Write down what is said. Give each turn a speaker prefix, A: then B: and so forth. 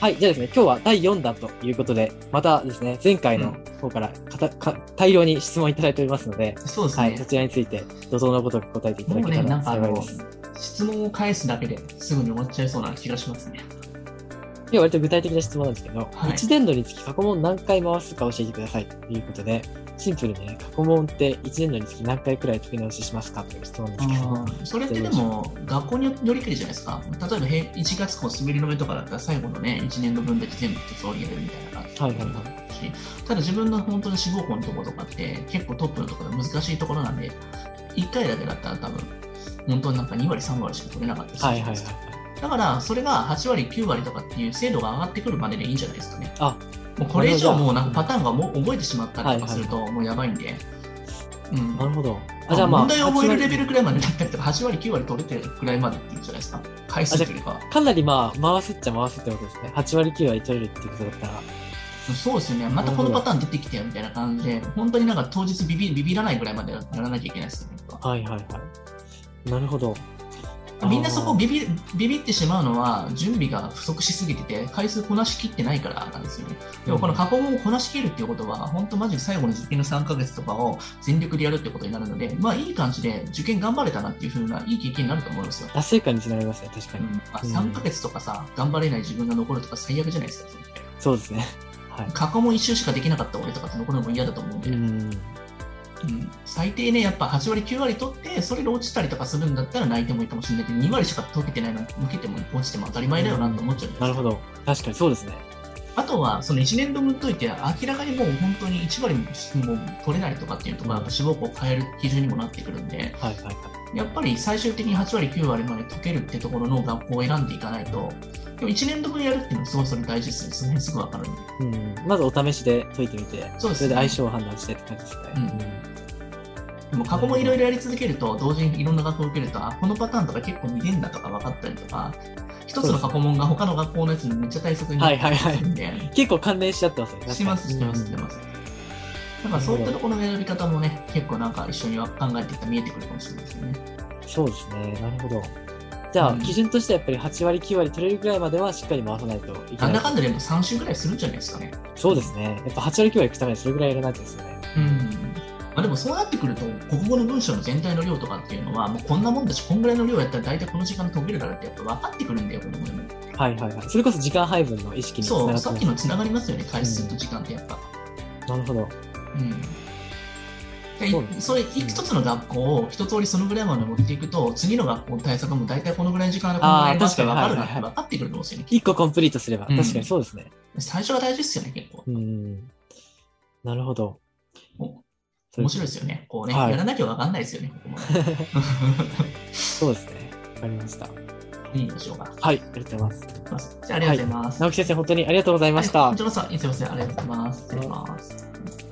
A: はい、じゃあですね、今日は第4弾ということで、またですね、前回の方からかたか大量に質問いただいておりますので、
B: そうですね。
A: はい、そちらについて、怒涛のごとく答えていただ
B: もう
A: け
B: ね、
A: た
B: な
A: ら
B: んかあ
A: 幸いで
B: の
A: す。、
B: 質問を返すだけですぐに終わっちゃいそうな気がしますね。
A: 今日は割と具体的な質問なんですけど、
B: はい
A: 一年度につき過去問何回回すか教えてくださいということで、シンプルにね、過去問って一年度につき何回くらい解き直ししますかという質問ですけど、
B: それってでも、学校によりけりじゃないですか。例えば、へ1月こう滑り止めとかだったら、最後のね、1年の分だけ全部鉄を入れるみたいな感じ
A: はいはいは
B: ただ自分の本当の志望校のところとかって、結構トップのところが難しいところなんで、1回だけだったら多分、本当になんか2割、3割しか取れなかったりする
A: はい
B: じゃな
A: はいい
B: で
A: は
B: す
A: い
B: か。。だから、それが8割、9割とかっていう精度が上がってくるまででいいんじゃないですかね。
A: あ
B: もうこれ以上、
A: なるほど
B: もうなんかパターンがもう覚えてしまったりとかすると、もうやばいんで。うん
A: なるほど。あ、じゃあまあ、
B: 問題を覚えるレベ
A: ル
B: ルくらいまでだったりとか、8割、9割取れてるくらいまでっていうんじゃないですか、回数というか。
A: かなりまあ、回すっちゃ回すってことですね。8割9割取れるっていうことだったら、
B: そうですよね、またこのパターン出てきたよみたいな感じで、本当になんか当日ビビビビらないぐらいまでやらなきゃいけないですよね。やっ
A: はいはいはい。なるほど。
B: ぱみんなそこビビビビってしまうのは、準備が不足しすぎてて、回数こなしきってないからなんですよね。でもこの過去問をこなしきるっていうことは、本当マジで最後の受験の3ヶ月とかを全力でやるってことになるので、まあいい感じで受験頑張れたなっていう風な、いい経験になると思うんですよ。
A: 達成感につながりますね、確か
B: う
A: に。
B: んまあ、3ヶ月とかさ、頑張れない自分が残るとか最悪じゃないですか、それって
A: そうですね。 はい。
B: 過去問一周しかできなかった俺とかって残るのも嫌だと思うんで、
A: う
B: うん
A: ん。
B: 最低ね、やっぱ8割、9割取って、それで落ちたりとかするんだったら泣いてもいいかもしれないけど、2割しか解けてないのに、受けても落ちても当たり前だよなって思っちゃう、
A: なるほど。確かにそうですね。
B: あとは、その1年度分解いて、明らかにもう本当に1割も取れないとかっていうところは、やっぱ志望校を変える基準にもなってくるんで、
A: はいはいはい。
B: やっぱり最終的に8割、9割まで解けるってところの学校を選んでいかないと、でも1年度分やるっていうのはすごいそれ大事ですよね、その辺すぐ分かるんで。
A: うん。まずお試しで解いてみて、
B: そう
A: そ
B: です
A: れで
B: ね
A: 相性を判断してって感じですね。
B: うんでも過去もいろいろやり続けると、同時にいろんな学校を受けると、あ、このパターンとか結構似てんだとか分かったりとか、一つの過去問が他の学校のやつにめっちゃ対策になったりするんで、
A: 結構関連しちゃってますよね。
B: してます、してます、して
A: うん
B: ます。だからそういったところの選び方もね、結構なんか一緒に考えていったら見えてくるかもしれないですよね。
A: そうですね。なるほど。じゃあ、
B: うん
A: 基準としてはやっぱり8割9割取れるぐらいまではしっかり回さないといけない。
B: なんだかんだでも3週ぐらいするんじゃないですかね。
A: そうですね。やっぱ8割9割いくためにそれぐらいやらないとですよね。
B: うんまあ、でもそうなってくると、国語の文章の全体の量とかっていうのは、もうこんなもんだし、こんぐらいの量やったら大体この時間で解けるだろうってやっぱ分かってくるんだよ、子供でも。
A: はいはいはい。それこそ時間配分の意識につな
B: そ
A: が
B: う、
A: って
B: さ
A: ま
B: っ
A: す
B: きのつながりますよね、回数と時間ってやっぱ。
A: なるほど。
B: うんで
A: そうですね
B: それ一つの学校を一通りそのぐらいまで持っていくと、次の学校の対策も大体このぐらいの時間でこのぐらいの分かるなって分かってくると思うんですよね。
A: 1個コンプリートすれば、
B: うん
A: 確かにそうですね。
B: 最初が大事ですよね、結構。
A: うん。なるほど。
B: お
A: それ
B: 面白いですよね。こうね、
A: はい
B: やらなきゃ分かんないですよね、こ こもね。
A: そうですね。わかりました。
B: いいんでしょうか。
A: はい、ありがとうございます。
B: じゃあ、ありがとうございます。
A: 直木先生、本当にありがとうございました
B: こ。ちらこそ、いつもすいませんありがとうございます。失礼します。